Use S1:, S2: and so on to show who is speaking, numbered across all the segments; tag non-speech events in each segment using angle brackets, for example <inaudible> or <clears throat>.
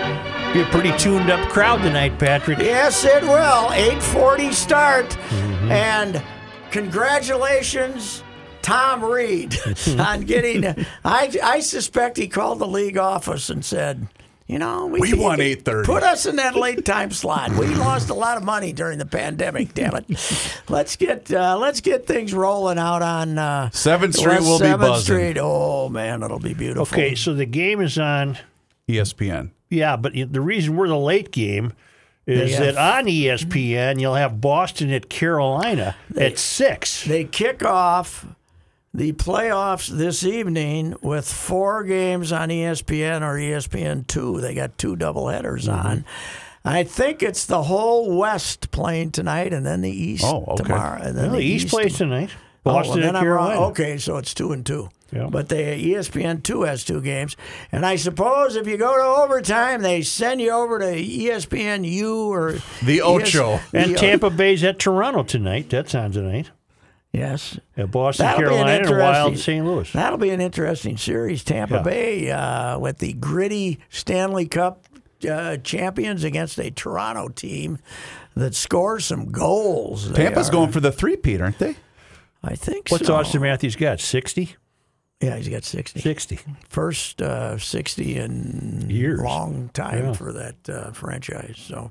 S1: a pretty tuned up crowd tonight, Patrick.
S2: Yes, it will. 8:40 start,
S3: Mm-hmm.
S2: and congratulations, Tom
S3: <laughs>
S2: Reed, on getting. I I suspect he called the league office and said. You know, we,
S3: We
S2: need
S3: want
S2: to
S3: 8:30.
S2: Put us in that late time slot.
S3: <laughs>
S2: We lost a lot of money during the pandemic. Damn it! Let's get uh, let's get things rolling out on uh,
S3: Seventh Street
S2: West
S3: will be
S2: 7th
S3: buzzing.
S2: Street. Oh man, it'll be beautiful.
S1: Okay, so the game is on.
S3: E ESPN.
S1: Yeah, but the reason we're the late game is
S2: They have-
S1: that on E ESPN you'll have Boston at Carolina at six.
S2: They kick off the playoffs this evening with four games on E ESPN or ESPN two. They got two double headers on. I think it's the whole West playing tonight, and then the East
S3: Oh, okay.
S2: tomorrow, and then
S1: Well,
S2: the Oh,
S1: the East plays tonight. Boston
S2: and
S1: at
S2: then I'm wrong.
S1: Carolina.
S2: Okay, so it's two and two.
S1: Yeah.
S2: But the E ESPN two has two games, and I suppose if you go to overtime, they send you over to E ESPN U or E
S3: The Ocho.
S1: And
S2: the O-
S1: Tampa Bay's at Toronto tonight. That's on tonight.
S2: Yes,
S1: At Boston,
S2: That'll be an
S1: Carolina, and
S2: interesting-
S1: Wild St. Louis.
S2: That'll be an interesting series. Tampa
S1: Yeah.
S2: Bay uh, with the gritty Stanley Cup uh, champions against a Toronto team that scores some goals. They
S3: Tampa's
S2: are-
S3: going for the three-peat, aren't they?
S2: I think
S1: What's
S2: so.
S1: Austin Matthews got? 60?
S2: Yeah, he's got 60.
S1: 60.
S2: First uh, 60 in
S1: Years.
S2: long time
S1: Yeah.
S2: for that uh, franchise. So,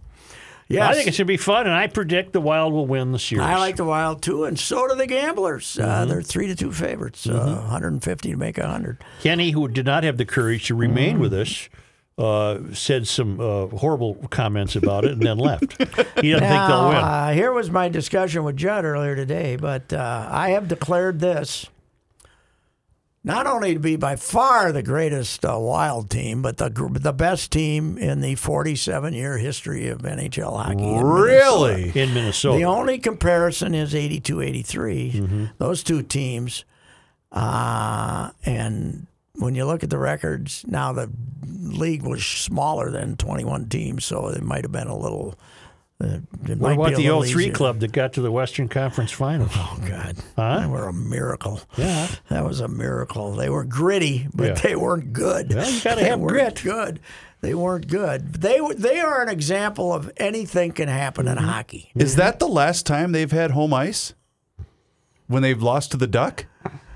S2: yes.
S1: I think it's going to be fun, and I predict the Wild will win the series.
S2: I like the Wild too, and so do the Gamblers.
S1: Mm-hmm.
S2: Uh, they're three to two favorites, uh, 150 to make 100.
S1: Kenny, who did not have the courage to remain with us, uh, said some uh, horrible comments about it and then left. He doesn't think they'll
S2: Now,
S1: win.
S2: Uh, here was my discussion with Judd earlier today, but uh, I have declared this not only to be by far the greatest uh, wild team, but the gr- the best team in the 47 year history of NHL hockey. in Minnesota.
S3: Really?
S1: In Minnesota.
S2: The only comparison is 82 83,
S1: Mm-hmm.
S2: those two teams. Uh, and when you look at the records, now the league was smaller than 21 teams, so it might have been a little. Uh, it
S1: what
S2: might
S1: about
S2: be a
S1: the
S2: little
S1: 03
S2: easier.
S1: club that got to the Western Conference Finals?
S2: Oh, God.
S1: Huh?
S2: They were a miracle.
S1: Yeah.
S2: That was a miracle. They were gritty, but
S1: Yeah.
S2: they weren't good.
S1: Well, you gotta
S2: They
S1: have
S2: weren't
S1: grit.
S2: Good. They weren't good. They were- they are an example of anything can happen
S1: Mm-hmm.
S2: in hockey.
S3: Is that the last time they've had home ice? When they've lost to the Duck?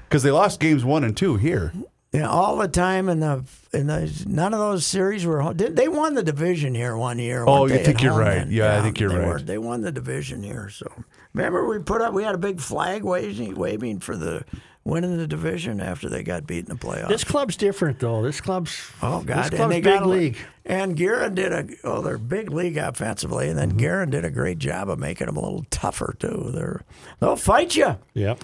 S3: Because they lost games one and two here.
S2: Yeah, all the time in the in the none of those series were home. Did, they won the division here one year.
S3: Oh,
S2: weren't
S3: you
S2: they,
S3: think
S2: at
S3: you're
S2: home
S3: right.
S2: then?
S3: Yeah, I think you're
S2: they
S3: right.
S2: were- they won the division here. So remember, we put up we had a big flag waving waving for the winning the division after they got beat in the playoffs.
S1: This club's different, though. This club's
S2: Oh God!
S1: this
S2: and
S1: club's
S2: they
S1: big
S2: got a-
S1: league.
S2: And Guerin did a oh they're big league offensively, and then
S3: Mm-hmm.
S2: Guerin did a great job of making them a little tougher too. They're they'll fight you.
S1: Yeah.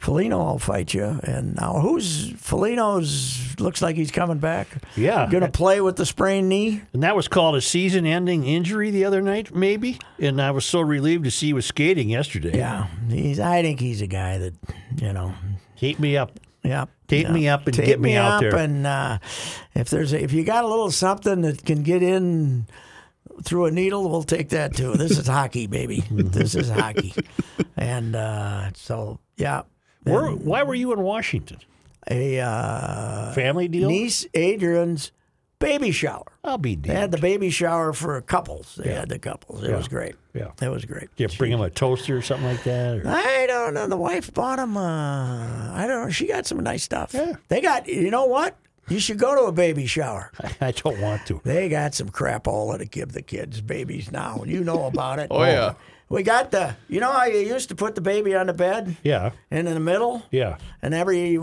S2: Felino will fight you. And now who's Felino's? Looks like he's coming back.
S1: Yeah.
S2: going to play with the sprained knee.
S1: And that was called a season ending injury the other night, maybe. And I was so relieved to see he was skating yesterday.
S2: Yeah, he's. I think he's a guy that you know.
S1: Tape me up.
S2: Yeah.
S1: Tape
S2: yeah.
S1: me up and
S2: Tape
S1: get me, out
S2: up
S1: there.
S2: And uh, if there's a, if you got a little something that can get in through a needle, we'll take that too. This is
S1: <laughs>
S2: hockey, baby. This is hockey. And uh, so yeah,
S1: Where, why were you in Washington?
S2: a uh,
S1: Family deal?
S2: niece Adrian's baby shower.
S1: I'll be
S2: They
S1: dead.
S2: had the baby shower for couples. They had the couples. It was great.
S1: Yeah.
S2: It was great.
S1: Yeah, bring him a toaster or something like that. Or,
S2: I don't know. The wife bought them. Uh, I don't know. She got some nice stuff. They got. You know what? You should go to a baby shower.
S1: <laughs> I don't want to.
S2: They got some crapola to give the kids, babies now. You know
S1: <laughs>
S2: about it.
S3: Oh, yeah.
S2: We got the. You know how you used to put the baby on the bed
S1: Yeah,
S2: and in the middle,
S1: yeah.
S2: and every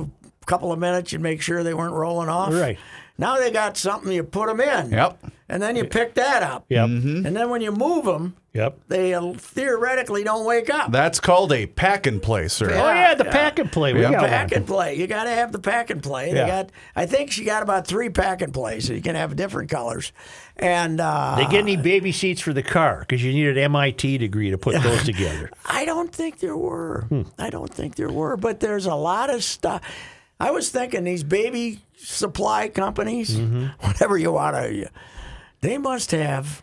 S2: couple of minutes you'd make sure they weren't rolling off.
S1: Right.
S2: Now they got something you put them in.
S3: Yep.
S2: And then you pick that up.
S1: Yep.
S2: And then when you move them,
S1: Yep.
S2: they uh, theoretically don't wake up.
S3: That's called a pack and play, sir.
S1: Oh, yeah, the
S2: yeah.
S1: pack and play. We
S3: Yeah.
S1: got one.
S2: pack and play. You got to have the pack and play. They
S1: Yeah.
S2: got. I think she got about three pack and plays. So you can have different colors. And uh,
S1: They get any baby seats for the car because you need an MIT degree to put <laughs> those together.
S2: I don't think there were.
S1: Hmm.
S2: I don't think there were. But there's a lot of stuff. I was thinking these baby supply companies,
S1: Mm-hmm.
S2: <laughs> whatever you want to, they must have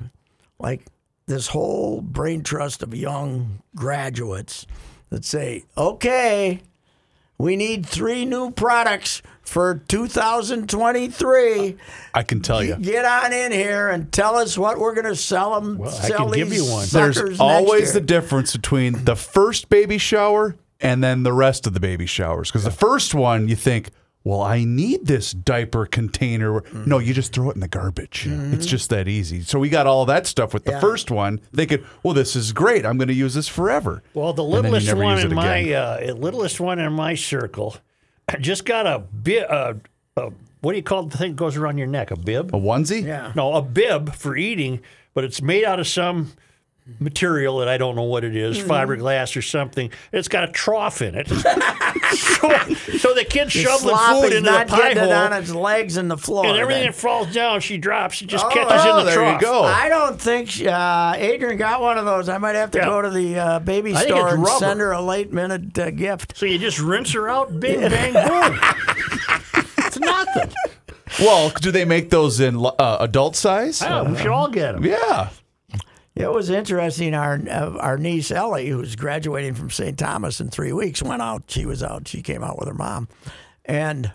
S2: like this whole brain trust of young graduates that say, okay, We need three new products for 2023.
S3: I can tell you.
S2: Get on in here and tell us what we're going to sell them.
S1: Well, I
S2: sell
S1: can give
S2: these
S1: you one.
S2: suckers
S3: There's
S2: next
S3: always the
S2: year.
S3: difference between the first baby shower and then the rest of the baby showers. Because the first one, you think, well, I need this diaper container. No, you just throw it in the garbage. It's just that easy. So we got all that stuff with the
S2: Mm-hmm. Yeah.
S3: first one, thinking, well, this is great. I'm going to use this forever.
S1: Well, the
S3: And then you
S1: littlest
S3: never
S1: one
S3: use it
S1: in my
S3: again.
S1: uh, littlest one in my circle just got a bib. Uh, uh, what do you call the thing that goes around your neck? A bib?
S3: a onesie?
S2: Yeah.
S1: No, a bib for eating, but it's made out of some material that I don't know what it is,
S2: Mm-hmm.
S1: fiberglass or something. It's got a trough in it. <laughs> so, so the kid's shoveling
S2: Slop
S1: food
S2: is
S1: into the
S2: not
S1: pie
S2: getting it on
S1: hole,
S2: its legs and the floor.
S1: and everything
S2: then.
S1: that falls down, she drops. She just
S2: Oh,
S1: catches
S3: Oh,
S1: in the
S3: there
S1: trough.
S3: you go.
S2: I don't think she- uh, Adrian got one of those. I might have to
S1: Yeah.
S2: go to the uh, baby
S1: I think
S2: store
S1: it's
S2: and
S1: rubber.
S2: send her a late minute uh, gift.
S1: So you just rinse her out, bing, bang,
S2: <laughs>
S1: boom. it's nothing.
S3: well, do they make those in uh, adult size?
S1: Oh, we should all get them.
S3: Yeah.
S2: It was interesting. Our uh, our niece Ellie, who's graduating from St. Thomas in three weeks, went out. She was out. She came out with her mom, and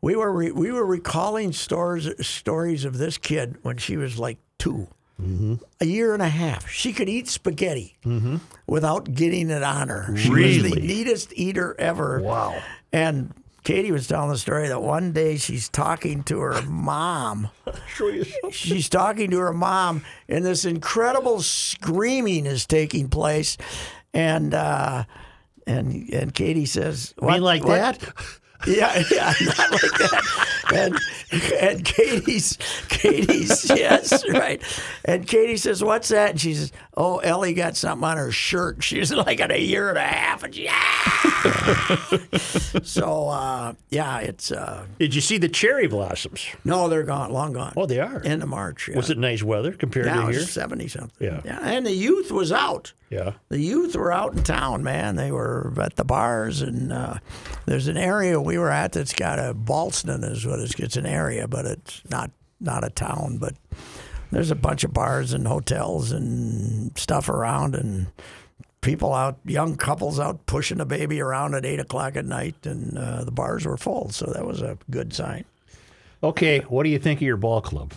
S2: we were re- we were recalling stores stories of this kid when she was like 2
S1: Mm-hmm.
S2: a year and a half. She could eat spaghetti without getting it on her. She was the
S1: Really?
S2: neatest eater ever.
S1: Wow.
S2: And Katie was telling the story that one day she's talking to her mom.
S1: Sure you-
S2: She's talking to her mom, and this incredible screaming is taking place. And uh, and and Katie says,
S1: I
S2: "What
S1: mean, like
S2: what?"
S1: that?
S2: <laughs> Yeah, yeah, not like that. And and Katie's Katie's <laughs> yes, right. And Katie says, "What's that?" And she says, "Oh, Ellie got something on her shirt. <laughs> She was like in a year and a half." And she, <laughs> so uh, yeah, it's uh,
S1: Did you see the cherry blossoms?
S2: no, they're gone, long gone.
S1: Oh, they are.
S2: End of March. yeah.
S1: Was it nice weather compared
S2: Yeah,
S1: to
S2: it
S1: here?
S2: was 70 something.
S1: Yeah.
S2: And the youth was out.
S1: Yeah.
S2: The youth were out in town, man. They were at the bars, and uh, there's an area we were at that's got a Ballston is what it's, it's an area, but it's not not a town. But there's a bunch of bars and hotels and stuff around, and people out, young couples out pushing a baby around at eight o'clock at night, and uh, the bars were full, so that was a good sign.
S1: Okay, what do you think of your ball club?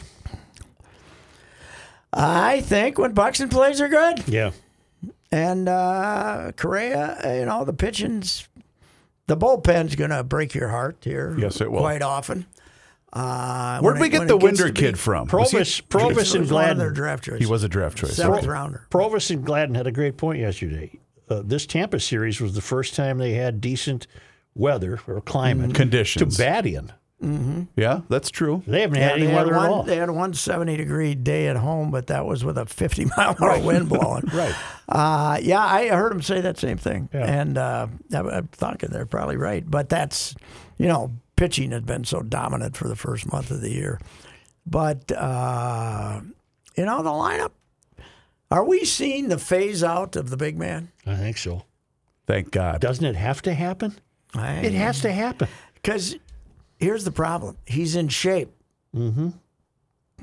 S2: I think when Buxton plays are good.
S1: Yeah.
S2: And uh, Correa, you know, the pitching's, the bullpen's going to break your heart here.
S3: Yes, it will.
S2: Quite often. Uh,
S3: Where'd
S2: when
S3: we
S2: it-
S3: get
S2: when
S3: the
S2: it gets
S3: Winder
S2: to be-
S3: kid from? Was he-
S1: Provis, Provis
S2: He
S1: and
S2: was one of their
S1: Gladden.
S2: draft choices.
S3: He was a draft choice.
S2: seventh rounder.
S1: Provis and Gladden had a great point yesterday. Uh, this Tampa series was the first time they had decent weather or
S2: Mm.
S1: climate
S3: Conditions.
S1: to bat in.
S3: Yeah, that's true.
S1: They haven't had
S2: Yeah,
S1: any
S2: they, had
S1: weather at all.
S2: one, they had one 70 degree day at home, but that was with a 50 mile an hour wind blowing.
S3: <laughs>
S1: Right.
S2: Uh, yeah, I heard him say that same thing.
S1: Yeah.
S2: And uh, I'm, I'm thinking they're probably right. But that's, you know, pitching has been so dominant for the first month of the year. But, uh, you know, the lineup, are we seeing the phase out of the big man?
S1: I think so.
S3: Thank God.
S1: Doesn't it have to happen? It has to happen.
S2: Because here's the problem he's in shape. Mm-hmm.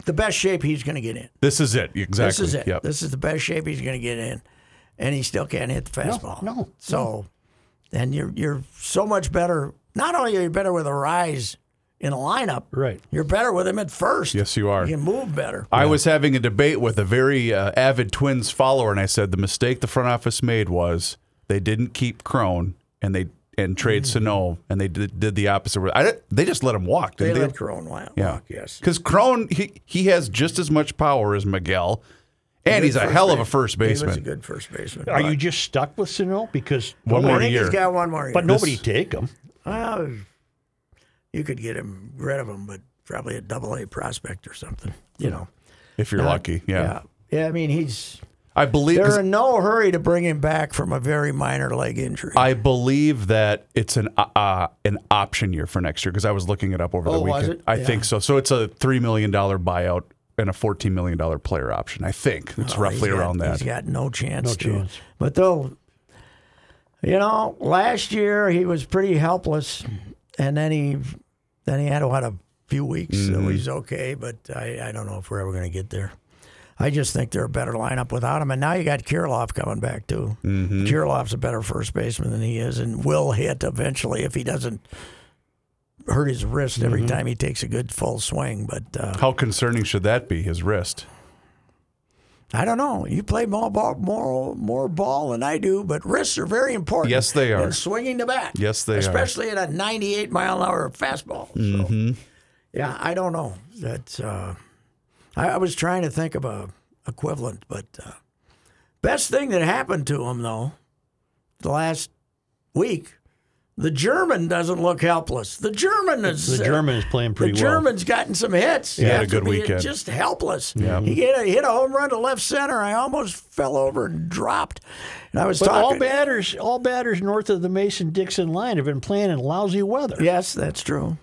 S2: The best shape he's going to get in.
S3: This is it. Exactly.
S2: This is it.
S3: Yep.
S2: This is the best shape he's going to get in, and he still can't hit the fastball.
S1: no,
S2: So, and you're you're so much better. Not only are you better with a rise in a lineup,
S1: Right.
S2: you're better with him at first.
S3: Yes, you are.
S2: You can move better.
S3: I was having a debate with a very uh, avid Twins follower, and I said the mistake the front office made was they didn't keep Crone and they and trade
S2: Mm.
S3: Sano, and they did, did the opposite. I didn't- they just let him walk.
S2: They
S3: Didn't
S2: let Crone walk.
S3: yeah,
S2: Yes.
S3: Because Crone he he has just as much power as Miguel, and he's a
S2: first
S3: hell of a
S2: base-
S3: first
S2: He was a
S3: baseman.
S2: good first baseman.
S1: Are you just stuck with Sano? Because
S3: One
S2: I
S3: more
S2: think
S3: year.
S2: he's got one more year.
S1: but nobody take him.
S2: Well, you could get him rid of him, but probably a double A prospect or something. You know.
S3: if you're lucky, yeah.
S2: Yeah. I mean, he's
S3: I believe. 'cause
S2: They're in no hurry to bring him back from a very minor leg injury.
S3: I believe that it's an uh, uh, an option year for next year because I was looking it up over the
S2: Oh, was
S3: weekend.
S2: it?
S3: I
S2: Yeah.
S3: think so. So it's a three million dollar buyout and a fourteen million dollar player option. I think it's roughly
S2: Oh, He's got-
S3: around that.
S2: He's got no chance. No
S1: chance.
S2: But though, you know, last year he was pretty helpless, and then he
S3: Mm-hmm.
S2: then he had what a few weeks, so he's okay. But I, I don't know if we're ever going to get there. I just think they're a better lineup without him. And now you got Kirilov coming back too.
S3: Mm-hmm.
S2: Kirilov's a better first baseman than he is, and will hit eventually if he doesn't hurt his wrist every time he takes a good full swing. But uh,
S3: How concerning should that be? His wrist.
S2: I don't know. You play more ball, more more ball than I do, but wrists are very important.
S3: Yes, they are.
S2: And swinging the bat.
S3: Yes, they are.
S2: especially at a 98 mile an hour fastball. So,
S3: Mm-hmm.
S2: Yeah, I don't know. That's. Uh, I, I was trying to think of a equivalent, but uh, best thing that happened to him though, the last week, the German doesn't look helpless. The German is
S1: The German is playing pretty
S2: the
S1: well.
S2: German's gotten some hits. He
S3: had a
S2: has to
S3: good
S2: be
S3: weekend.
S2: Just helpless. He hit a, hit a home run to left center. I almost fell over and dropped. And I was
S1: But all
S2: talking.
S1: batters, all batters north of the Mason-Dixon line have been playing in lousy weather.
S2: yes, that's true.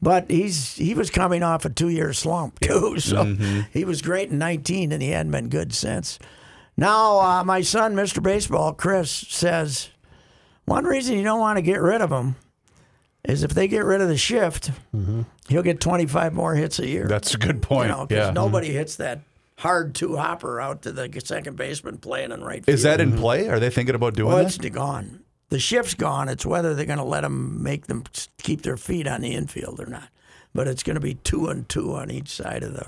S2: But he's he was coming off a two year slump too, <laughs> so
S3: Mm-hmm.
S2: he was great in nineteen, and he hadn't been good since. Now uh, my son, Mr. Baseball, Chris says one reason you don't want to get rid of him is if they get rid of the shift, he'll get twenty five more hits a year.
S3: Mm-hmm. That's a good point.
S2: You know, because
S3: yeah.
S2: nobody hits that hard two hopper out to the second baseman playing in right field.
S3: Is that in play? Are they thinking about doing
S2: Mm-hmm. well,
S3: that?
S2: it's gone. The shift's gone. It's whether they're going to let them make them s- keep their feet on the infield or not. But it's going to be two and two on each side of the.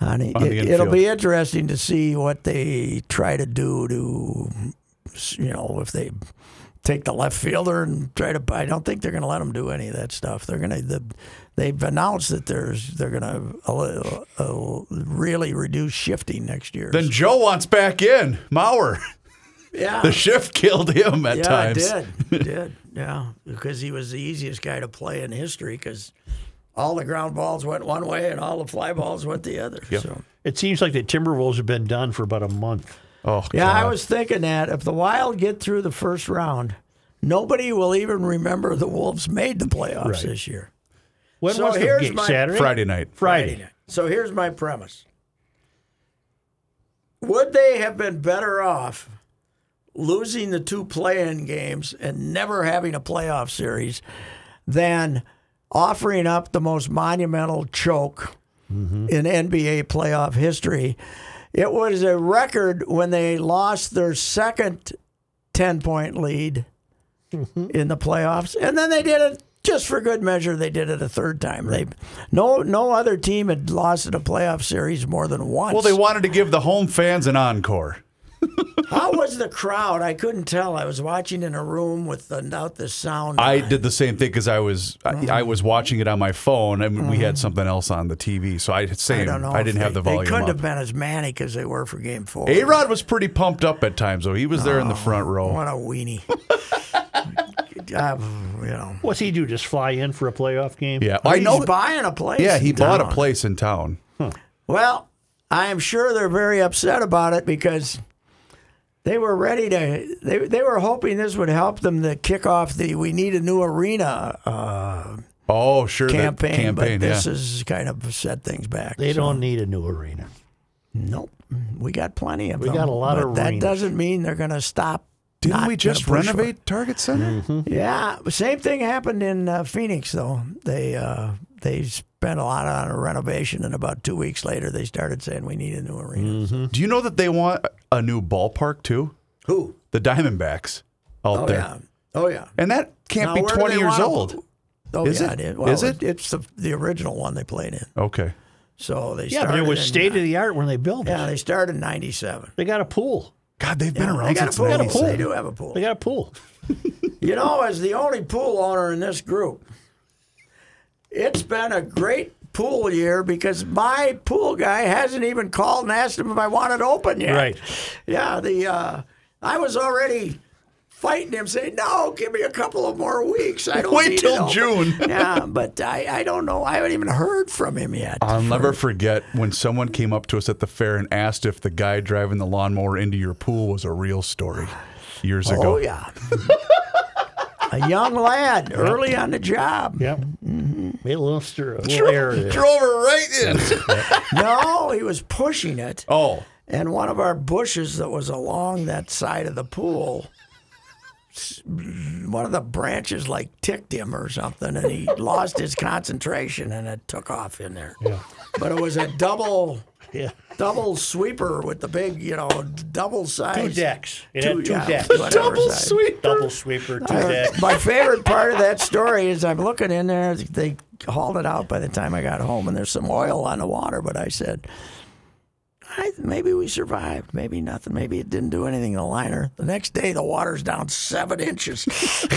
S2: On e-
S3: On the
S2: it,
S3: infield.
S2: it'll be interesting to see what they try to do to, s- you know, if they take the left fielder and try to. I don't think they're going to let them do any of that stuff. They're going to. The, they've announced that there's they're going to uh, uh, really reduce shifting next year.
S3: Then Joe wants back in. Mauer.
S2: yeah,
S3: <laughs> The shift killed him at
S2: yeah,
S3: times. <laughs>
S2: it did. It did. Yeah, because he was the easiest guy to play in history because all the ground balls went one way and all the fly balls went the other. So.
S1: It seems like the Timberwolves have been done for about a month.
S3: Oh,
S2: Yeah, I
S3: God.
S2: was thinking that if the Wild get through the first round, nobody will even remember the Wolves made the playoffs
S1: Right.
S2: this year.
S1: When
S2: So
S1: was the
S2: here's
S1: game?
S2: my-
S1: Saturday?
S3: Friday night.
S1: Friday.
S2: So here's my premise. Would they have been better off losing the two play-in games and never having a playoff series than offering up the most monumental choke in NBA playoff history? It was a record when they lost their second 10-point lead
S3: Mm-hmm.
S2: in the playoffs, and then they did it just for good measure. They did it a third time. They no no other team had lost in a playoff series more than once.
S3: Well, they wanted to give the home fans an encore.
S2: How was the crowd? I couldn't tell. I was watching in a room with the, without the sound.
S3: I did the same thing because I was
S2: Mm-hmm.
S3: I, I was watching it on my phone and we had something else on the TV, so I same I,
S2: I don't know. if
S3: didn't
S2: they-
S3: have the volume.
S2: They couldn't
S3: up.
S2: have been as manic as they were for Game Four.
S3: A Rod was pretty pumped up at times, though. He was there in the front row.
S2: Oh, What a
S3: <laughs>
S2: weenie. Uh, you know,
S1: What's he do? Just fly in for a playoff game?
S3: Yeah, I know.
S2: He's buying a place.
S3: Yeah, he
S2: in
S3: bought a
S2: town.
S3: place in town.
S2: Well, I am sure they're very upset about it because they were ready to. They they were hoping this would help them to kick off the "We Need a New Arena" uh,
S3: Oh, sure, that
S2: campaign,
S3: campaign.
S2: but this
S3: yeah.
S2: has kind of set things back.
S1: They don't need a new arena.
S2: Nope, we got plenty of.
S1: We got a lot of
S2: That
S1: arenas.
S2: doesn't mean they're going to stop.
S3: Didn't
S2: not
S3: we just
S2: gonna push for it.
S3: renovate Target Center?
S2: Mm-hmm. Yeah, same thing happened in uh, Phoenix though. They uh, they spent a lot on a renovation, and about two weeks later, they started saying we need a new arena.
S3: Do you know that they want a new ballpark too?
S2: Who?
S3: The Diamondbacks out
S2: Oh
S3: there,
S2: yeah. Oh yeah.
S3: and that can't
S2: Now,
S3: be
S2: where do
S3: twenty
S2: they
S3: years
S2: wanna-
S3: old.
S2: Oh,
S3: Is
S2: yeah,
S3: it?
S2: is. Well,
S3: Is it?
S2: It's the, the original one they played in.
S3: Okay,
S2: So they
S1: Yeah, but
S2: started
S1: it was
S2: in-
S1: state of the art when they built it.
S2: Yeah, they started in '97.
S1: They got a pool.
S3: God, they've been
S2: They
S3: around
S2: got
S3: since
S2: a pool. They
S3: 97.
S2: do have a pool.
S1: They got a pool.
S2: You know, as the only pool owner in this group, it's been a great pool year because my pool guy hasn't even called and asked him if I want it open yet.
S1: Right.
S2: Yeah, the uh, I was already fighting him, saying, "No, give me a couple of more weeks. I don't
S3: Wait
S2: need it
S3: till
S2: open."
S3: June.
S2: <laughs> yeah, but I, I don't know. I haven't even heard from him yet.
S3: I'll never forget when someone came up to us at the fair and asked if the guy driving the lawnmower into your pool was a real story years ago.
S2: Oh yeah. <laughs> A young lad, early on the job.
S1: Yep. Mm-hmm. Made a little stir, a little air there.
S3: Drove her right in.
S2: <laughs> No, he was pushing it.
S3: oh,
S2: and one of our bushes that was along that side of the pool s- one of the branches like ticked him or something and he lost his concentration and it took off in there but it was a double
S1: Yeah.
S2: double sweeper with the big, you know, double size.
S1: Two decks. It had two
S2: yeah,
S1: decks.
S2: whatever
S3: Double
S2: size.
S3: sweep.
S1: Double sweeper, two decks.
S2: My favorite part of that story is I'm looking in there. They hauled it out by the time I got home, and there's some oil on the water. But I said, I, maybe we survived. Maybe nothing. Maybe it didn't do anything to the liner. The next day, the water's down seven inches. <laughs>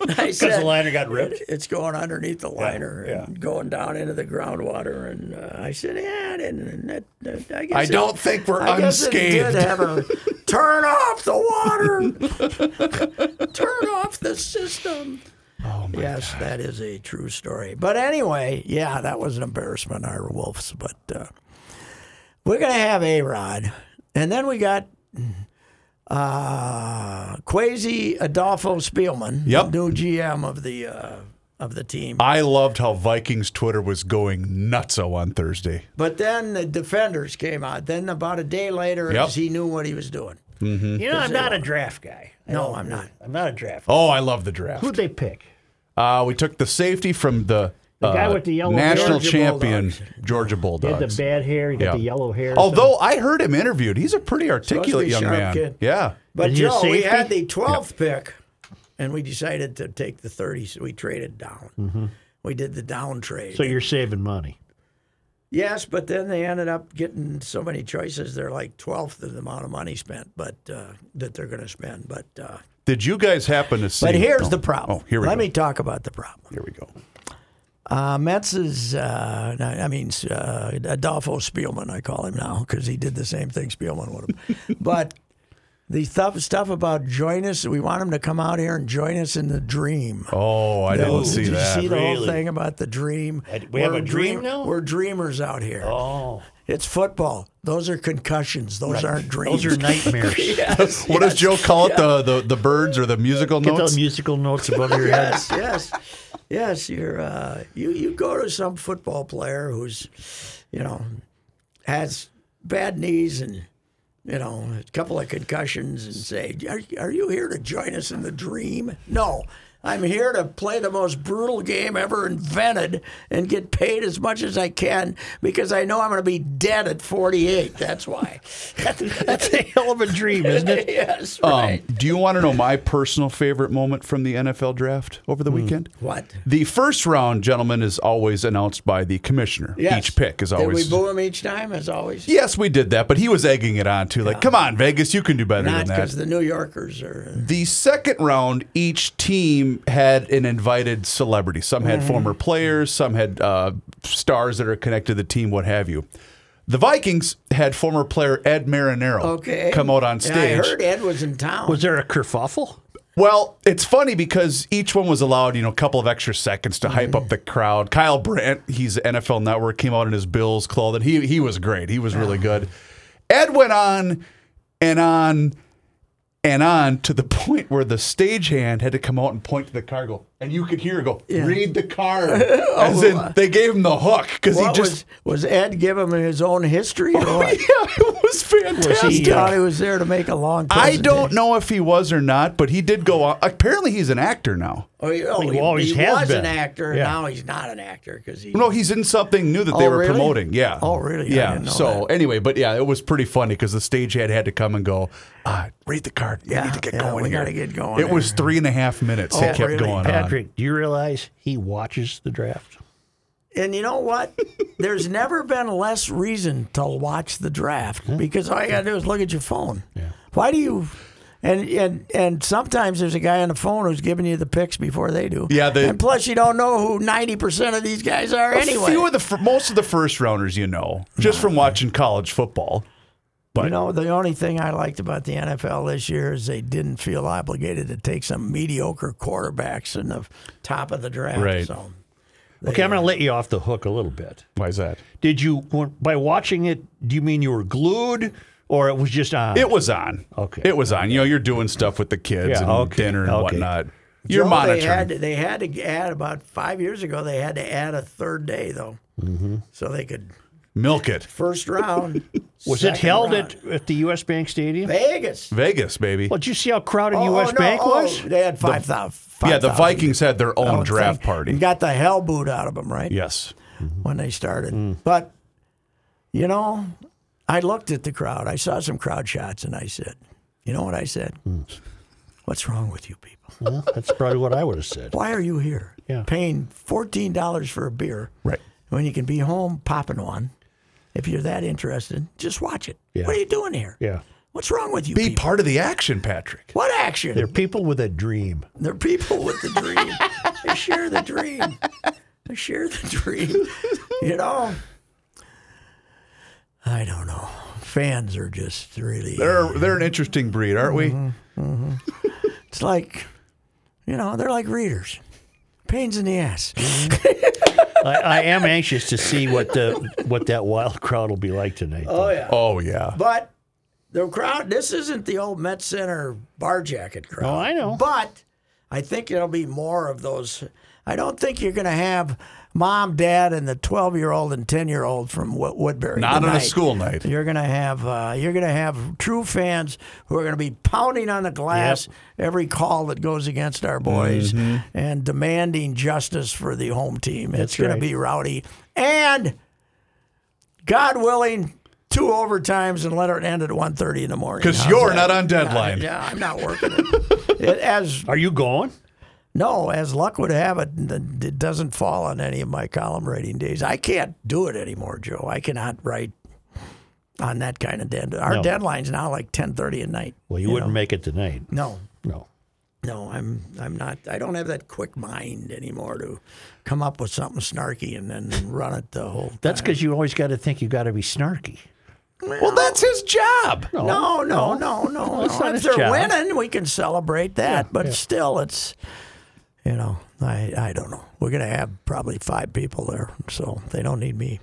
S2: I
S1: Because the
S2: said,
S1: liner got ripped.
S2: it's going underneath the liner
S1: yeah.
S2: and going down into the groundwater. And uh, I said, yeah, I didn't. That, that- I, guess
S3: I
S2: it-
S3: don't think we're
S2: I guess it did
S3: unscathed.
S2: have
S3: <laughs>
S2: a turn off the water,
S3: <laughs>
S2: turn off the system. Oh my yes, that is a true story. But anyway, yeah, that was an embarrassment, our Wolves. But uh, we're going to have A Rod. And then we got uh, Quasi Adolfo Spielman,
S3: Yep.
S2: new GM of the uh, of the team.
S3: I loved how Vikings Twitter was going nutso on Thursday.
S2: But then the defenders came out. Then about a day later,
S3: Yep.
S2: he knew what he was doing.
S1: You know, I'm not a draft guy. I
S2: No,
S1: don't-
S2: I'm not.
S1: I'm not a draft guy.
S3: Oh, I love the draft.
S1: Who'd they pick?
S3: Uh, we took the safety from the,
S1: The guy
S3: uh,
S1: with the yellow
S3: national
S2: Georgia
S3: champion
S2: Bulldogs.
S3: Georgia
S1: He had the
S3: Bulldogs.
S1: bad hair. He got
S3: Yeah.
S1: the yellow hair.
S3: Although I heard him interviewed, he's a pretty articulate
S2: be
S3: young
S2: sharp
S3: man.
S2: kid.
S3: Yeah,
S2: But
S1: Is he a
S2: Joe, we
S1: safety?
S2: had the 12th pick, and we decided to take the 30, so we traded down.
S3: Mm-hmm.
S2: We did the down trade.
S1: so you're saving money.
S2: yes, but then they ended up getting so many choices. They're like 12th of the amount of money spent, but uh, that they're going to spend. But uh,
S3: did you guys happen to see?
S2: but here's
S3: Oh,
S2: the problem.
S3: Oh, here we
S2: Let
S3: go.
S2: me talk about the problem.
S3: Here we go.
S2: Uh, Metz is, uh, no, I mean, uh, Adolfo Spielman, I call him now, because he did the same thing Spielman would have.
S3: <laughs>
S2: but the stuff, stuff about join us, we want him to come out here and join us in the dream.
S3: Oh, I didn't
S2: Oh,
S3: see
S2: did
S3: that.
S2: you see the whole
S1: Really?
S2: thing about the dream?
S1: I- we have a dream now?
S2: We're dreamers out here.
S1: Oh,
S2: It's football. Those are concussions. Those aren't dreams.
S1: those <laughs> are
S2: <laughs>
S1: nightmares.
S3: what does Joe call it? The, the the birds or the musical
S1: Get those
S3: notes?
S1: musical notes above <laughs> your head.
S2: yes, yes, yes. You're uh, you you go to some football player who's, you know, has bad knees and you know a couple of concussions and say, are, are you here to join us in the dream? No. I'm here to play the most brutal game ever invented and get paid as much as I can because I know I'm going to be dead at 48. That's
S3: <laughs>
S2: why.
S1: That's a hell of a dream, isn't it?
S2: <laughs> yes,
S3: Um,
S2: right.
S3: do you want to know my personal favorite moment from the NFL draft
S2: Hmm.
S3: over the weekend?
S2: what?
S3: The first round, gentlemen, is always announced by the commissioner.
S2: Yes.
S3: Each pick is always.
S2: Did we boo him each time, as always?
S3: Yes, we did that, but he was egging it on too. Like, come on, Vegas, you can do better
S2: Not
S3: than that.
S2: because the New Yorkers are.
S3: The second round, each team had an invited celebrity. Some had
S2: Mm-hmm.
S3: former players, some had uh, stars that are connected to the team, what have you. The Vikings had former player Ed Marinero
S2: uh, Okay.
S3: come out on
S2: And I
S3: stage.
S2: heard Ed was in town.
S1: Was there a kerfuffle?
S3: Well, it's funny because each one was allowed, you know, a couple of extra seconds to hype
S2: Mm-hmm.
S3: up the crowd. Kyle Brandt, he's at NFL Network, came out in his Bills clothing. He he was great. He was really good. Ed went on and on and on to the <laughs> point where the stagehand had to come out and point to the card, go, and you could hear her go, read
S2: <laughs>
S3: the card. As in they gave him the hook because he
S2: Oh, what
S3: just Oh,
S2: was, was Ed giving him his own history or
S3: <laughs> Yeah,
S2: what?
S3: it was fantastic.
S2: he thought he was there to make a long.
S3: I don't
S2: presentation.
S3: know if he was or not, but he did go on. Apparently, he's an actor now.
S2: Oh, he, oh,
S1: He
S2: he,
S1: always
S2: he
S1: has
S2: was
S1: been.
S2: an actor.
S1: Yeah.
S2: Now he's not an actor because he.
S3: No, he's in something new that they
S2: Oh,
S3: were
S2: really?
S3: promoting. Yeah.
S2: Oh, really? I
S3: Yeah.
S2: didn't know
S3: so anyway, but yeah, it was pretty funny because the stagehand had to come and go. Ah, read the card. You
S2: Yeah,
S3: need to get
S2: yeah,
S3: going.
S2: we
S3: here."
S2: gotta get going
S3: It was
S2: here.
S3: three and a half minutes. he
S2: Oh,
S3: kept
S2: really?
S3: going on.
S1: Patrick, do you realize he watches the draft?
S2: And you know
S3: <laughs>
S2: what? There's never been less reason to watch the draft because all you gotta do is look at your phone. Yeah. Why do you? And, and and sometimes there's a guy on the phone who's giving you the picks before they do.
S3: Yeah, they-
S2: and plus you don't know who ninety percent of these guys are anyway.
S3: A few of the fir- most of the first rounders, you know, just from watching college football.
S2: You know, the only thing I liked about the NFL this year is they didn't feel obligated to take some mediocre quarterbacks in the top of the draft.
S3: Right.
S2: So
S1: Okay, I'm going to let you off the hook a little bit.
S3: Why is that?
S1: Did you, by watching it, do you mean you were glued or it was just uh, on?
S3: It was on.
S1: Okay.
S3: It was on. You know, you're doing stuff with the kids
S1: Yeah,
S3: and
S1: okay,
S3: dinner and
S1: okay.
S3: whatnot. You're
S2: Joe,
S3: monitoring.
S2: They had, they had to add about five years ago. They had to add a third day though, so they could
S3: Milk it.
S2: first
S3: <laughs>
S2: round.
S1: was it
S2: second
S1: held
S2: round.
S1: at, at the U.S. Bank Stadium?
S2: Vegas?
S3: Vegas, baby.
S1: Well, did you see how crowded
S2: Oh,
S1: U.S.
S2: oh, no,
S1: Bank
S2: oh,
S1: was?
S2: They had five thousand. Oh,
S3: yeah, the Vikings had their own draft party.
S2: Got the hell boot out of them, right?
S3: Yes.
S1: Hmm.
S2: when they started. But You know, I looked at the crowd. I saw some crowd shots, and I said, "You know what I said?
S1: Hmm.
S2: What's wrong with you people?
S1: Well, that's probably what I would have said.
S2: Why are you here?
S1: Yeah.
S2: Paying fourteen dollars for a beer,
S3: Right.
S2: When you can be home popping one. If you're that interested, just watch it.
S1: Yeah.
S2: What are you doing here?
S1: Yeah.
S2: What's wrong with you
S3: Be
S2: people?
S3: part of the action, Patrick.
S2: What action?
S1: They're people with a dream.
S2: They're people with the dream. they share the dream. They share the dream. You know? I don't know. Fans are just really.
S3: They're they're an interesting breed, aren't we?
S2: It's like, you know, they're like readers. Pains in the ass.
S1: I, I am anxious to see what the what that wild crowd will be like tonight. though.
S2: yeah.
S3: Oh yeah.
S2: But the crowd, this isn't the old Met Center bar jacket crowd.
S1: Oh, I know.
S2: But I think it'll be more of those. I don't think you're going to have mom, dad, and the 12 year old and 10 year old from Wo- Woodbury.
S3: Not on a
S2: tonight.
S3: school night.
S2: You're going to have uh, you're going to have true fans who are going to be pounding on the glass every call that goes against our boys
S3: Mm-hmm.
S2: and demanding justice for the home team. it's going
S1: right.
S2: to be rowdy and God willing, two overtimes and let it end at 1.30 in the morning.
S3: Because
S2: How's
S3: you're
S2: that?
S3: not on deadline.
S2: Yeah, I'm not working. it. <laughs> It- as
S1: Are you going?
S2: no, as luck would have it, n- it doesn't fall on any of my column rating days. I can't do it anymore, Joe. I cannot write on that kind of deadline. Our
S1: No.
S2: deadline's now like ten thirty at night.
S1: Well, you, wouldn't make it tonight.
S2: No,
S1: No.
S2: no, I'm I'm not. I don't have that quick mind anymore to come up with something snarky and then run it the whole.
S1: That's because you always got to think you got to be snarky.
S3: Well, that's his job.
S2: No, no, no,
S1: <laughs>
S2: no.
S1: it's
S2: no.
S1: not
S2: If
S1: his
S2: they're
S1: job.
S2: winning, we can celebrate that. but still, it's you know, I I don't know. We're gonna have probably five people there, so they don't need me.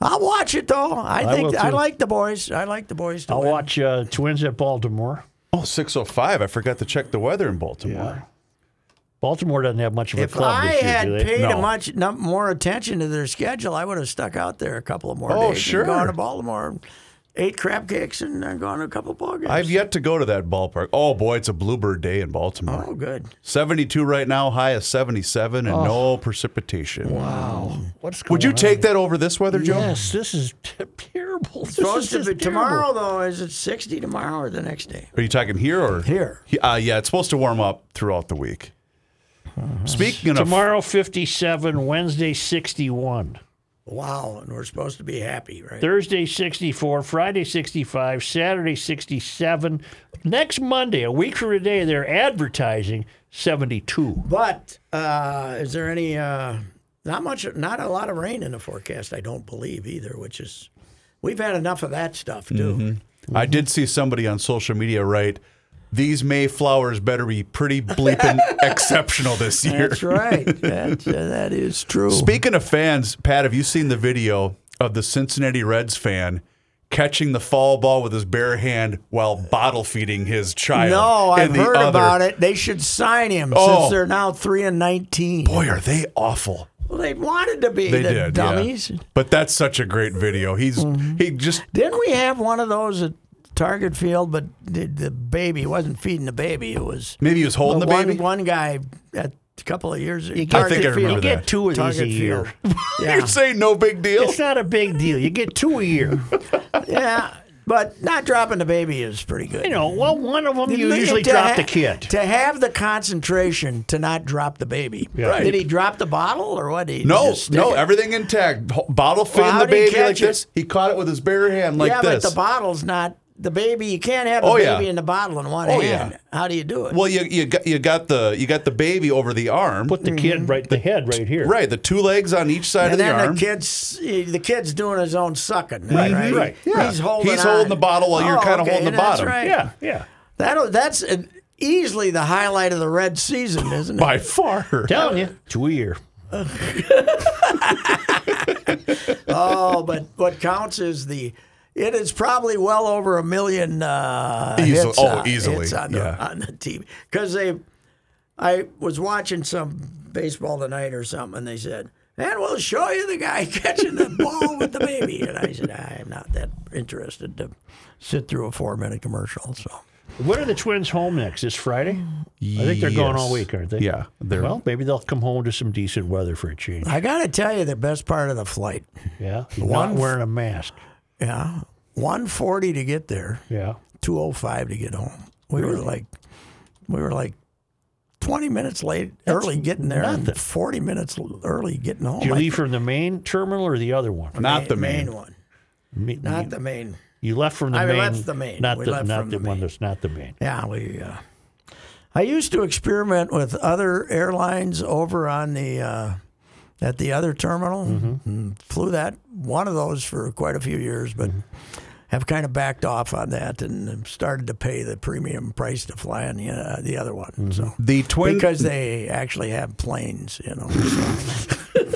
S2: I'll watch it though. I,
S1: I
S2: think
S1: will,
S2: I
S1: too.
S2: like the boys. I like the boys. To
S1: I'll
S2: win.
S1: watch uh, Twins at Baltimore.
S3: Oh, 605. I forgot to check the weather in Baltimore.
S1: Baltimore doesn't have much of a
S2: If
S1: club
S2: I
S1: this year,
S2: had
S1: do they?
S2: paid
S3: No.
S2: much no, more attention to their schedule, I would have stuck out there a couple of more
S3: Oh,
S2: days. and
S3: sure.
S2: Gone to Baltimore, ate crab cakes, and uh, gone to a couple of ball games.
S3: I've yet to go to that ballpark. Oh boy, it's a bluebird day in Baltimore.
S2: oh, good.
S3: 72 right now, high of 77, and no precipitation.
S1: Wow. What's going
S3: Would you
S1: on?
S3: take that over this weather, Joe?
S1: Yes, this is <laughs> terrible. This
S2: Supposed
S1: is
S2: to
S1: just
S2: be
S1: terrible.
S2: tomorrow though. Is it sixty tomorrow or the next day?
S3: Are you talking here or
S2: Here.
S3: Uh, yeah, it's supposed to warm up throughout the week. Speaking of
S1: Tomorrow 57, Wednesday 61,
S2: Wow, and we're supposed to be happy, right?
S1: Thursday 64, Friday 65, Saturday 67. Next Monday, a week from today, they're advertising 72.
S2: but uh, is there any? Uh, not much. Not a lot of rain in the forecast. I don't believe either. Which is, we've had enough of that stuff too.
S3: Mm-hmm. I did see somebody on social media write, these Mayflowers better be pretty
S2: <laughs>
S3: bleeping exceptional this year.
S2: That's
S3: <laughs>
S2: right. That's, uh, that is true.
S3: Speaking of fans, Pat, have you seen the video of the Cincinnati Reds fan catching the fall ball with his bare hand while bottle feeding his child?
S2: no,
S3: in
S2: I've
S3: the
S2: heard
S3: other-
S2: about it. They should sign him
S3: Oh.
S2: since they're now three and nineteen.
S3: Boy, are they awful.
S2: Well, they wanted to be
S3: They
S2: the
S3: did. yeah.
S2: dummies. Mm-hmm.
S3: But that's such a great video. He's he just
S2: Didn't we have one of those at Target Field? But the, the baby wasn't feeding the baby. It was
S3: maybe he was holding the
S2: one,
S3: baby.
S2: one guy at a couple of years ago.
S1: get-
S3: I think I remember
S1: You
S3: that.
S1: get two of these a
S2: Target
S1: year.
S2: Field. Yeah.
S3: You're saying no big deal.
S1: It's not a big deal. You get two a year.
S2: <laughs> yeah. But not dropping the baby is pretty good.
S1: You know, well, one of them you
S2: Look,
S1: usually
S2: to
S1: drop
S2: ha-
S1: the kid.
S2: To have the concentration to not drop the baby.
S1: Right.
S2: Did he drop the bottle or what? Did he
S3: No,
S2: just stick
S3: no,
S2: it?
S3: everything intact. Bo- Bottle fitting the
S2: how'd he
S3: baby like
S2: catch it?
S3: this. He caught it with his bare hand like
S2: yeah,
S3: this.
S2: but the bottle's not the baby. You can't have the
S3: Oh, yeah.
S2: baby in the bottle in one
S3: Oh,
S2: hand.
S3: yeah.
S2: How do you do it?
S3: well, you you got you got the you got the baby over the arm.
S1: Put the kid right the head right here.
S3: Right, the two legs on each side of
S2: and
S3: the
S2: then
S3: arm.
S2: the kid's the kid's doing his own sucking.
S1: Right,
S2: Right, right.
S1: right.
S3: Yeah.
S2: He's holding.
S3: He's holding
S2: on.
S3: the bottle while you're
S2: Oh,
S3: kinda
S2: okay,
S3: holding the
S2: that's
S3: bottom.
S2: Right.
S1: Yeah, yeah.
S2: That'll, that's an, easily the highlight of the red season, isn't it?
S3: By far.
S1: Telling you, two a year.
S3: <laughs>
S2: Oh, but what counts is the. It is probably well over a million uh,
S3: Easily-
S2: hits
S3: oh,
S2: on,
S3: easily,
S2: hits on the,
S3: yeah.
S2: on the TV because they. I was watching some baseball tonight or something, and they said, "And we'll show you the guy <laughs> catching the ball with the baby." And I said, "I'm not that interested to sit through a four-minute commercial." So
S1: When are the Twins home next? This Friday? I think they're going all week, aren't they?
S3: Yeah, they're-
S1: Well, maybe they'll come home to some
S2: <laughs>
S1: decent weather for a change.
S2: I got to tell you, the best part of the flight
S1: Yeah.
S2: One
S1: Not
S2: f-
S1: wearing a mask.
S2: Yeah. 140 to get there,
S1: Yeah.
S2: 205 to get home. We were like, we were like 20 minutes late, early getting there, and 40 minutes l- early getting home.
S1: Did you
S2: I-
S1: leave from the main terminal or the Mm-hmm. other one?
S3: Not the
S2: ma-
S3: main.
S2: one.
S1: Me-
S2: Not the main.
S1: you left from the
S2: I
S1: main.
S2: left the main.
S1: Not
S2: We
S1: the
S2: left
S1: not
S2: from
S1: the,
S2: the
S1: one
S2: main.
S1: that's not the main.
S2: Yeah, we. Uh, I used to experiment with other airlines over on the uh, at the other terminal.
S1: Mm-hmm.
S2: And flew that one of those for quite a few years,
S1: Mm-hmm.
S2: but have kind of backed off on that and have started to pay the premium price to fly on the, uh, the other one.
S1: Mm-hmm.
S2: So
S3: The twin.
S2: because they actually have planes, you know.
S3: <laughs>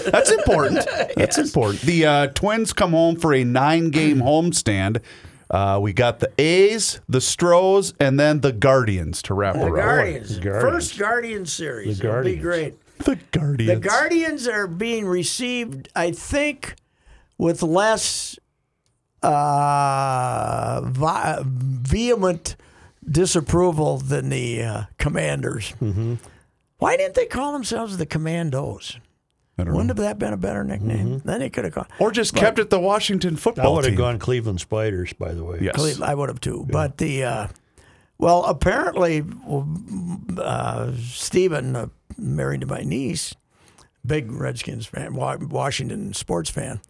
S3: That's
S2: <laughs>
S3: important. That's important. The uh, Twins come home for
S2: <clears throat>
S3: a nine-game homestand. Uh, we got the A's, the Stros, and then the Guardians to wrap her up.
S2: Guardians,
S1: Guardians.
S2: first Guardian series,
S1: The
S2: It'll be
S1: Guardians.
S2: great.
S3: The Guardians.
S2: The Guardians are being received, I think, with less uh, vi- vehement disapproval than the uh, Commanders.
S1: Mm-hmm.
S2: Why didn't they call themselves the Commandos?
S3: I don't know.
S1: Mm.
S2: Wouldn't have that been a better nickname?
S1: Mm-hmm.
S2: Then they could have called.
S3: Or just kept it the Washington
S1: I
S3: football
S1: would have
S3: team.
S1: gone Cleveland Spiders, by the way.
S3: Yes.
S2: Cle- I would have too. But the uh, well, apparently, uh, Stephen, uh, married to my niece, big Redskins fan, Wa- Washington sports fan,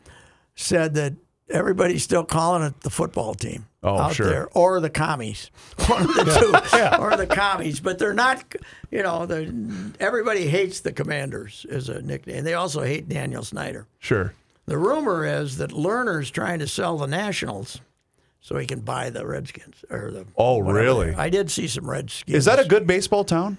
S2: said that everybody's still calling it the football team
S3: Oh,
S2: out
S3: sure.
S2: there, or the commies, <laughs> one of the
S3: <laughs>
S2: two, or the commies. But they're not, you know, they're- everybody hates the Commanders as a nickname. They also hate Daniel Snyder.
S3: Sure.
S2: The rumor is that Lerner's trying to sell the Nationals so he can buy the Redskins or the.
S3: Oh,
S2: whatever.
S3: really?
S2: I did see some Redskins.
S3: Is that a good baseball town?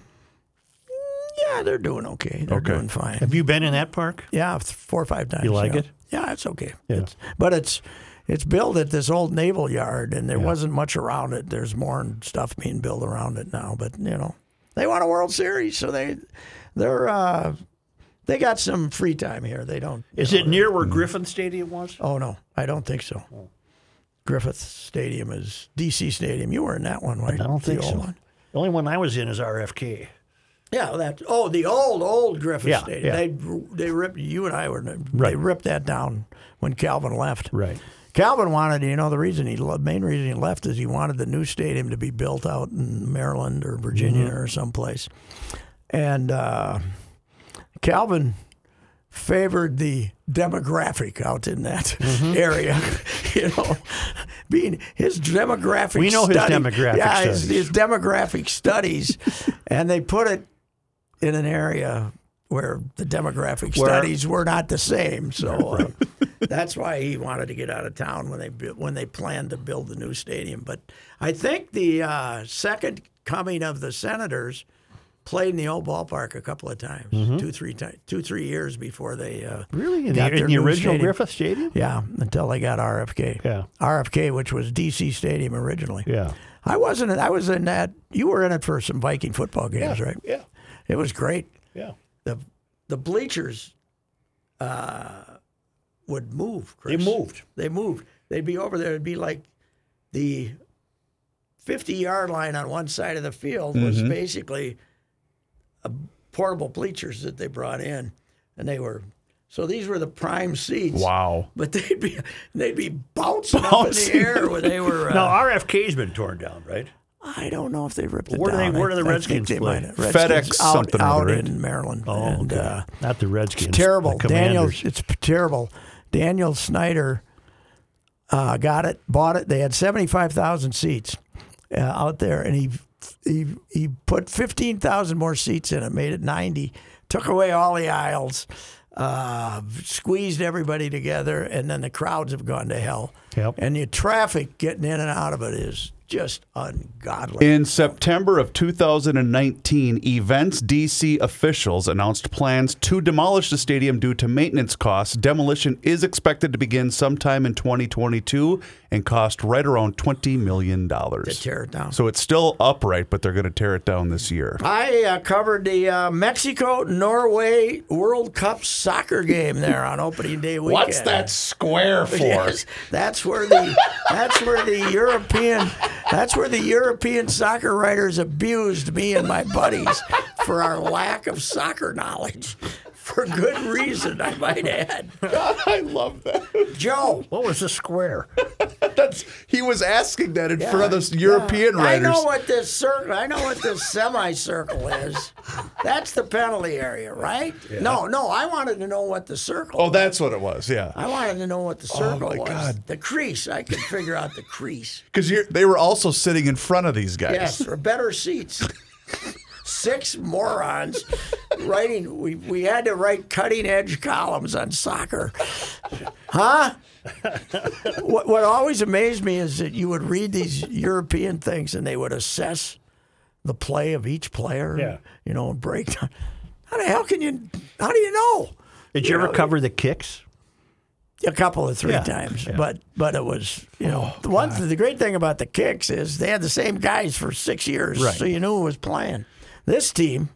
S2: Yeah, they're doing okay. They're
S3: Okay.
S2: doing fine.
S1: Have you been in that park?
S2: Yeah, th- four or five times.
S1: You like
S2: yeah.
S1: it?
S2: Yeah, it's okay. It's, but it's it's built at this old naval yard, and there wasn't much around it. There's more and stuff being built around it now, but you know, they want a World Series, so they they're uh, they got some free time here. They don't. you
S1: Is
S2: know,
S1: it near where Griffin Stadium was?
S2: Oh no, I don't think so.
S1: Oh.
S2: Griffith Stadium is DC Stadium. You were in that one, right?
S1: I don't think
S2: the
S1: so.
S2: Old one.
S1: The only one I was in is RFK.
S2: Yeah, that. Oh, the old old Griffith
S1: Yeah,
S2: Stadium.
S1: yeah.
S2: They they ripped you and I were they
S1: Right.
S2: ripped that down when Calvin left.
S1: Right.
S2: Calvin wanted, you know, the reason he the main reason he left is he wanted the new stadium to be built out in Maryland or Virginia
S1: Mm-hmm.
S2: or someplace, and uh, Calvin favored the demographic out in that
S1: Mm-hmm.
S2: <laughs> area. you know, being his demographic.
S1: We know his
S2: study-
S1: demographic
S2: yeah, his-
S1: studies.
S2: His, demographic studies, <laughs> and they put it in an area. Where the demographic
S1: Where-
S2: studies were not the
S1: <laughs>
S2: same, so uh, that's why he wanted to get out of town when they bu- when they planned to build the new stadium. But I think the uh, second coming of the Senators played in the old ballpark a couple of times,
S1: Mm-hmm.
S2: two three times, two three years before they uh,
S1: Really? In
S2: got
S1: the, in
S2: their
S1: the
S2: new
S1: original
S2: stadium.
S1: Griffith Stadium?
S2: Yeah, until they got RFK.
S1: Yeah.
S2: RFK, which was DC Stadium originally.
S1: Yeah.
S2: I wasn't. in- I was in that. You were in it for some Viking football games, right?
S1: Yeah.
S2: It was great
S1: Yeah.
S2: the the bleachers uh, would move. Chris.
S1: They moved.
S2: They moved. They'd be over there. It'd be like the fifty yard line on one side of the field was
S3: Mm-hmm.
S2: basically a portable bleachers that they brought in, and they were so these were the prime seats.
S3: Wow.
S2: But they'd be they'd be bouncing, up
S3: Bouncing.
S2: in the air when they
S3: <laughs>
S2: were. Uh,
S1: Now RFK's been torn down, right?
S2: I don't know if they ripped it
S1: Where do they-
S2: down.
S1: where
S2: I-
S1: do the
S2: I think
S1: Redskins
S2: they
S1: play?
S2: might have- Redskins
S3: FedEx
S2: out,
S3: something or
S2: out
S3: other, right? Oh,
S2: in Maryland. and, uh,
S1: Not the Redskins.
S2: terrible.
S1: The
S2: Daniel,
S1: Commanders.
S2: it's terrible. Daniel Snyder uh, got it, bought it. They had seventy five thousand seats uh, out there, and he he he put fifteen thousand more seats in it, made it ninety, took away all the aisles, uh, squeezed everybody together, and then the crowds have gone to hell.
S1: Yep.
S2: And the traffic getting in and out of it is just ungodly.
S3: In September of 2019, Events DC officials announced plans to demolish the stadium due to maintenance costs. Demolition is expected to begin sometime in 2022 and cost right around $20 million.
S2: to tear it down.
S3: So it's still upright, but they're going to tear it down this year.
S2: I uh, covered the uh, Mexico Norway World Cup soccer game there on opening day weekend. <laughs>
S3: square for?
S2: Yes, that's where the that's where the European that's where the European soccer writers abused me and my buddies for our lack of soccer knowledge. for good reason, I might add.
S3: God, <laughs> I love that.
S2: Joe.
S1: What was the square?
S3: That's he was asking that in front of those European
S2: yeah.
S3: writers.
S2: I know what this circle. I know what this semicircle is. That's the penalty area, right? No, no. I wanted to know what the circle.
S3: oh, that's what it was. Yeah,
S2: I wanted to know what the circle
S3: my
S2: was.
S3: God.
S2: The crease. I could figure out the crease.
S3: because they were also sitting in front of these guys.
S2: Yes, for better seats. Six morons writing. We, we had to write cutting edge columns on soccer. Huh? what, what always amazed me is that you would read these European things and they would assess the play of each player.
S1: Yeah.
S2: You know, and break down. How the hell can you? How do you know?
S1: Did you ever cover the kicks?
S2: a couple of three times, but but it was you know the one the great thing about the kicks is they had the same guys for six years,
S1: Right.
S2: so you knew who was playing. This team,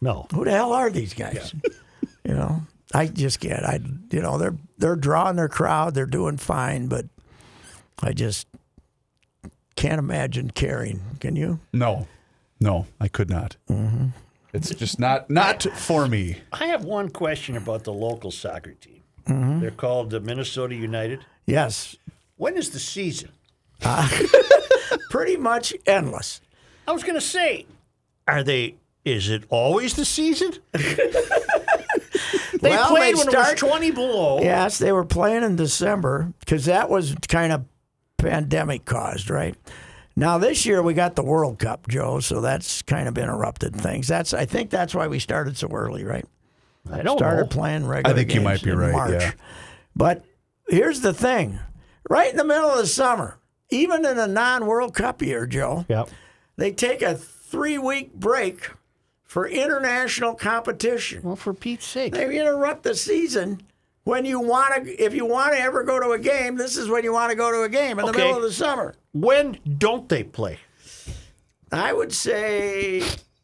S1: No.
S2: who the hell are these guys? <laughs> you know, I just can't. I you know they're they're drawing their crowd, they're doing fine, but I just can't imagine caring. Can you?
S3: No, no, I could not. Mm-hmm. It's just not not for me.
S1: I have one question about the local soccer team. They're called the Minnesota United.
S2: Yes,
S1: When is the season?
S2: pretty much endless.
S1: I was going to say, are they? Is it always the season? they
S2: Well,
S1: played
S2: they
S1: when
S2: start-
S1: it was twenty below.
S2: Yes, they were playing in December because that was kind of pandemic caused, right? Now this year we got the World Cup, Joe, so that's kind of interrupted things. That's I think that's why we started so early, right?
S1: I don't
S2: Started
S1: know.
S2: playing regular.
S3: Oh, I think you
S2: games
S3: might be
S2: in
S3: right,
S2: March.
S3: yeah.
S2: But here's the thing: right in the middle of the summer, even in a non-World Cup year, Joe,
S1: Yep.
S2: they take a three-week break for international competition.
S1: Well, for Pete's sake,
S2: They interrupt the season when you want to. If you want to ever go to a game, this is when you want to go to a game in the
S1: Okay.
S2: middle of the summer.
S1: when don't they play?
S2: I would say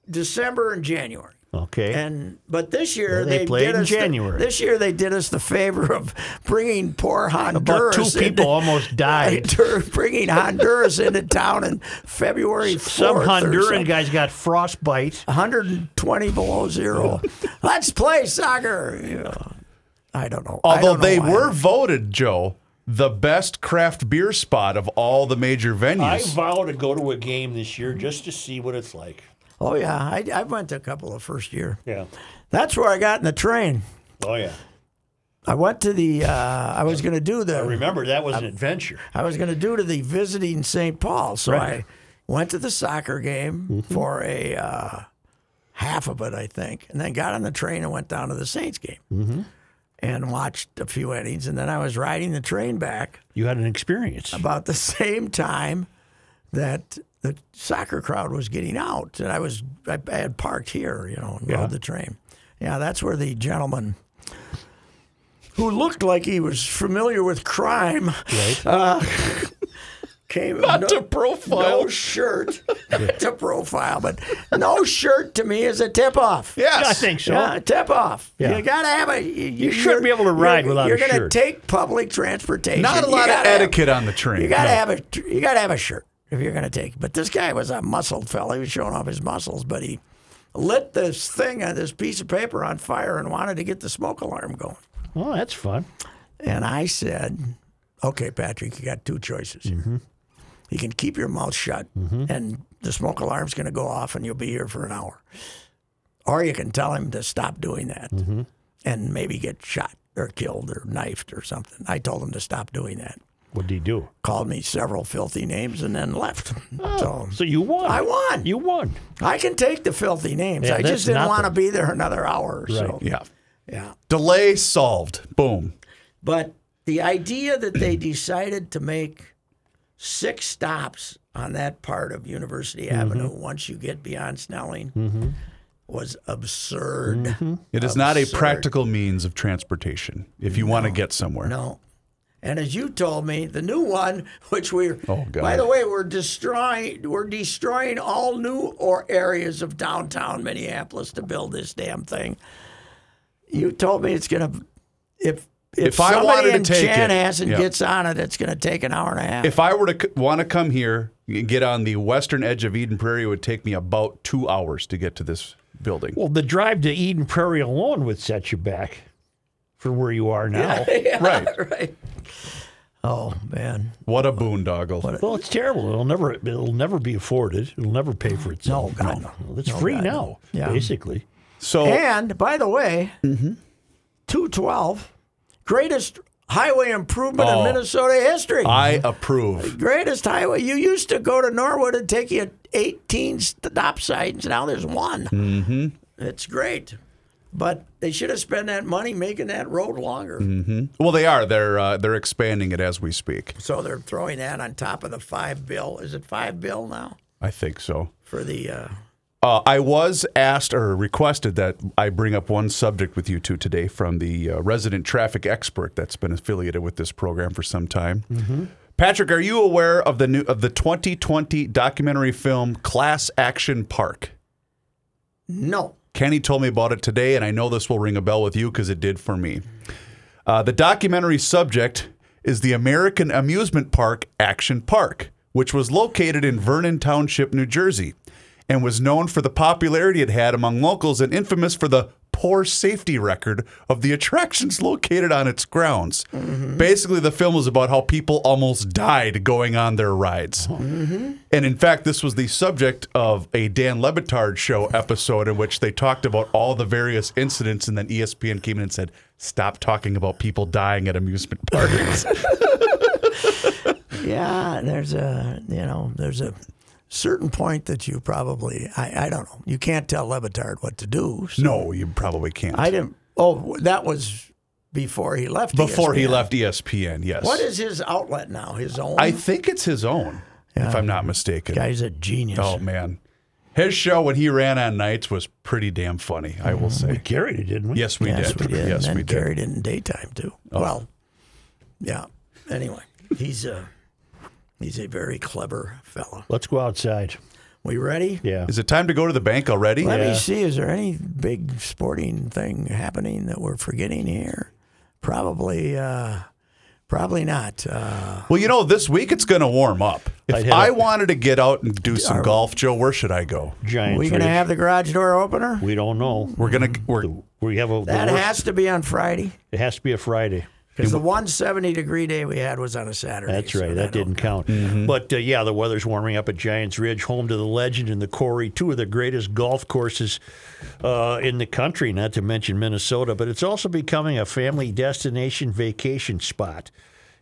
S2: December and January.
S1: Okay.
S2: And but this year
S1: they
S2: they,
S1: played
S2: did
S1: in
S2: us the-
S1: January.
S2: this year they did us the favor of bringing poor
S1: about
S2: Honduras.
S1: two people
S2: <laughs> Into,
S1: almost died.
S2: bringing Honduras into town in February.
S1: <laughs>
S2: 4th
S1: Some
S2: or
S1: Honduran
S2: something.
S1: guys got frostbite.
S2: 120
S1: <laughs>
S2: below zero. Let's play soccer. You know, I don't know. I
S3: Although
S2: don't know
S3: they
S2: why.
S3: were voted, Joe, the best craft beer spot of all the major
S1: I
S3: venues.
S1: vow to go to a game this year just to see what it's like.
S2: Oh yeah, I, I went to a couple of first year.
S1: Yeah.
S2: That's where I got in the train.
S1: Oh yeah.
S2: I went to the. Uh, I was going to do the.
S1: Remember that was an adventure.
S2: I was going to do to the visiting St. Paul. So I went to the soccer game for a uh, half of it, I think, and then got on the train and went down to the Saints game and watched a few innings, and then I was riding the train back
S1: You had an experience.
S2: about the <laughs> same time that the soccer crowd was getting out, and I was I, I had parked here, you know, and rode the train. Yeah, that's where the gentleman who looked like he was familiar with crime uh, <laughs> came. no,
S3: to profile.
S2: no
S1: <laughs>
S2: shirt to profile, but no shirt to me is a tip off.
S3: Yes,
S1: I think so.
S2: Yeah, tip off.
S1: Yeah.
S2: You gotta have a. You, you
S1: shouldn't be able to ride without a
S2: you're You're gonna
S1: shirt.
S2: take public transportation.
S3: Not a
S2: You
S3: lot of
S2: gotta have-
S3: etiquette on the train.
S2: you gotta
S3: No.
S2: have a you gotta have a shirt if you're gonna take. But this guy was a muscled fella. He was showing off his muscles, but he lit this thing on this piece of paper on fire and wanted to get the smoke alarm going.
S1: Well, that's fun.
S2: And I said, "Okay, Patrick, you got two choices. You can keep your mouth shut, and the smoke alarm's gonna go off, and you'll be here for an hour, or you can tell him to stop doing that, and maybe get shot." Or killed or knifed or something. I told him to stop doing that
S1: What did he do?
S2: called me several filthy names and then left. So
S1: Oh. So you won.
S2: I won.
S1: You won.
S2: I can take the filthy names.
S1: Yeah,
S2: I
S1: that's
S2: just didn't
S1: nothing.
S2: want to be there another hour. So
S3: Yeah,
S2: yeah.
S3: delay solved. Boom.
S2: But the idea that they decided to make six stops on that part of University
S1: Mm-hmm.
S2: Avenue once you get beyond Snelling was absurd.
S1: Mm-hmm.
S3: It is not a practical means of transportation if you want to get somewhere.
S2: No. And as you told me, the new one, <laughs> which we're
S3: Oh, God.
S2: by the way, we're destroying we're destroying all new or areas of downtown Minneapolis to build this damn thing. You told me it's gonna if if,
S3: If I
S2: somebody
S3: wanted to
S2: in
S3: take it,
S2: Chanhassen
S3: yeah.
S2: gets on it, it's gonna take an hour and a half. <laughs>
S3: If I were to want to come here, get on the western edge of Eden Prairie, it would take me about two hours to get to this building.
S1: Well, the drive to Eden Prairie alone would set you back from where you are now.
S3: Right.
S2: right. Oh man,
S3: What a boondoggle.
S1: Well, it's terrible. It'll never it'll never be afforded. It'll never pay for itself.
S2: No, God,
S1: no. It's free
S2: God,
S1: now,
S2: Yeah.
S1: basically.
S3: So
S2: And by the way,
S3: Mm-hmm.
S2: 212, greatest highway improvement
S3: Oh.
S2: in Minnesota history.
S3: I approve.
S2: greatest highway. You used to go to Norwood and take you 18 stop signs. Now there's one. Mm-hmm. It's great. But they should have spent that money making that road longer.
S3: Well, they are. They're uh, they're expanding it as we speak.
S2: So they're throwing that on top of the five bill. Is it five bill now
S3: I think so.
S2: for the? Uh,
S3: Uh, I was asked or requested that I bring up one subject with you two today from the uh, resident traffic expert that's been affiliated with this program for some time. Patrick, are you aware of the new of the 2020 documentary film Class Action Park?
S2: no.
S3: Kenny told me about it today, and I know this will ring a bell with you because it did for me. Uh, the documentary subject is the American amusement park Action Park, which was located in Vernon Township, New Jersey, and was known for the popularity it had among locals and infamous for the poor safety record of the attractions <laughs> located on its grounds. Basically, the film was about how people almost died going on their rides. And in fact, this was the subject of a Dan Lebitard show episode in which they talked about all the various incidents, and then E ESPN came in and said, "Stop talking about people dying at amusement
S2: <laughs>
S3: parks."
S2: Yeah, there's a you know there's a certain point that you probably I, I don't know you can't tell Levitard what to do. So
S3: no, you probably can't.
S2: I didn't. Oh, that was before he left. E
S3: Before he
S2: ESPN.
S3: left E ESPN, yes.
S2: what is his outlet now? His own.
S3: I think it's his own, if I'm not mistaken.
S2: guy's a genius.
S3: Oh man, his show when he ran on nights was pretty damn funny. I will say.
S1: Carried it, didn't we?
S3: Yes, we
S2: Mm-hmm. yes,
S3: did.
S2: we did.
S3: Yes,
S2: and
S3: we
S2: then
S3: did.
S2: carried it in daytime too. Well, yeah. Anyway, he's a he's a very clever fella.
S1: Let's go outside.
S2: We ready?
S1: Yeah.
S3: Is it time to go to the bank already?
S2: Let
S1: Yeah.
S2: me see. Is there any big sporting thing happening that we're forgetting here? Probably, uh, probably not. Uh,
S3: Well, you know, this week it's going to warm up.
S1: I'd
S3: If
S1: hit
S3: I
S1: up-
S3: wanted to get out and do some golf, Joe, where should I go?
S1: Giants.
S2: we gonna
S1: Ridge.
S2: have the garage door opener?
S1: We don't know.
S3: We're gonna we're
S1: We have a. the
S2: That
S1: worst-
S2: has to be on Friday
S1: it has to be a Friday.
S2: because the 170 degree day we had was on a Saturday.
S1: That's
S2: so Mm-hmm.
S1: right.
S2: I
S1: That
S2: don't-
S1: didn't count. But uh, yeah, the weather's warming up at Giants Ridge, home to the legend and the Quarry, two of the greatest golf courses uh, in the country, not to mention Minnesota. But it's also becoming a family destination vacation spot.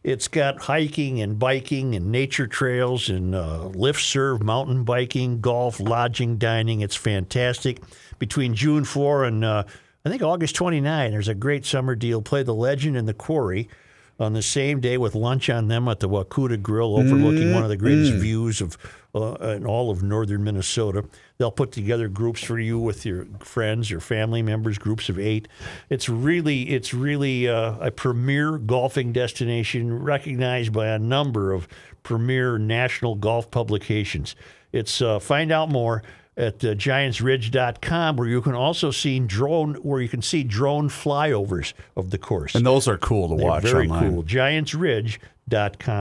S1: It's got hiking and biking and nature trails and uh, lift serve, mountain biking, golf, lodging, dining. It's fantastic. Between June 4 and uh, I think August 29, there's a great summer deal. Play the legend and the quarry on the same day with lunch on them at the Wakuta Grill, overlooking one of the greatest views of uh, in all of northern Minnesota. They'll put together groups for you with your friends, your family members, groups of eight. It's really, it's really uh, a premier golfing destination recognized by a number of premier national golf publications. It's uh, find out more at uh, giantsridge.com where you can also see drone where you can see drone flyovers of the course
S3: and those are cool to watch
S1: very
S3: online.
S1: cool. GiantsRidge.com.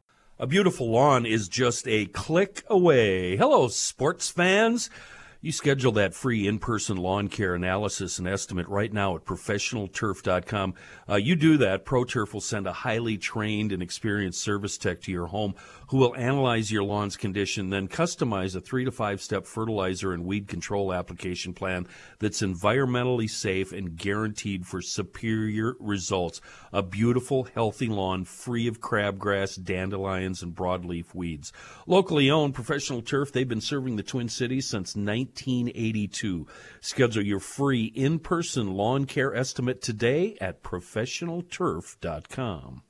S4: A beautiful lawn is just a click away. Hello, sports fans. You schedule that free in-person lawn care analysis and estimate right now at professionalturf.com. Uh, you do that, ProTurf will send a highly trained and experienced service tech to your home who will analyze your lawn's condition, then customize a three to five step fertilizer and weed control application plan that's environmentally safe and guaranteed for superior results. A beautiful, healthy lawn free of crabgrass, dandelions, and broadleaf weeds. Locally owned professional turf, they've been serving the Twin Cities since 1982. Schedule your free in person lawn care estimate today at professionalturf.com.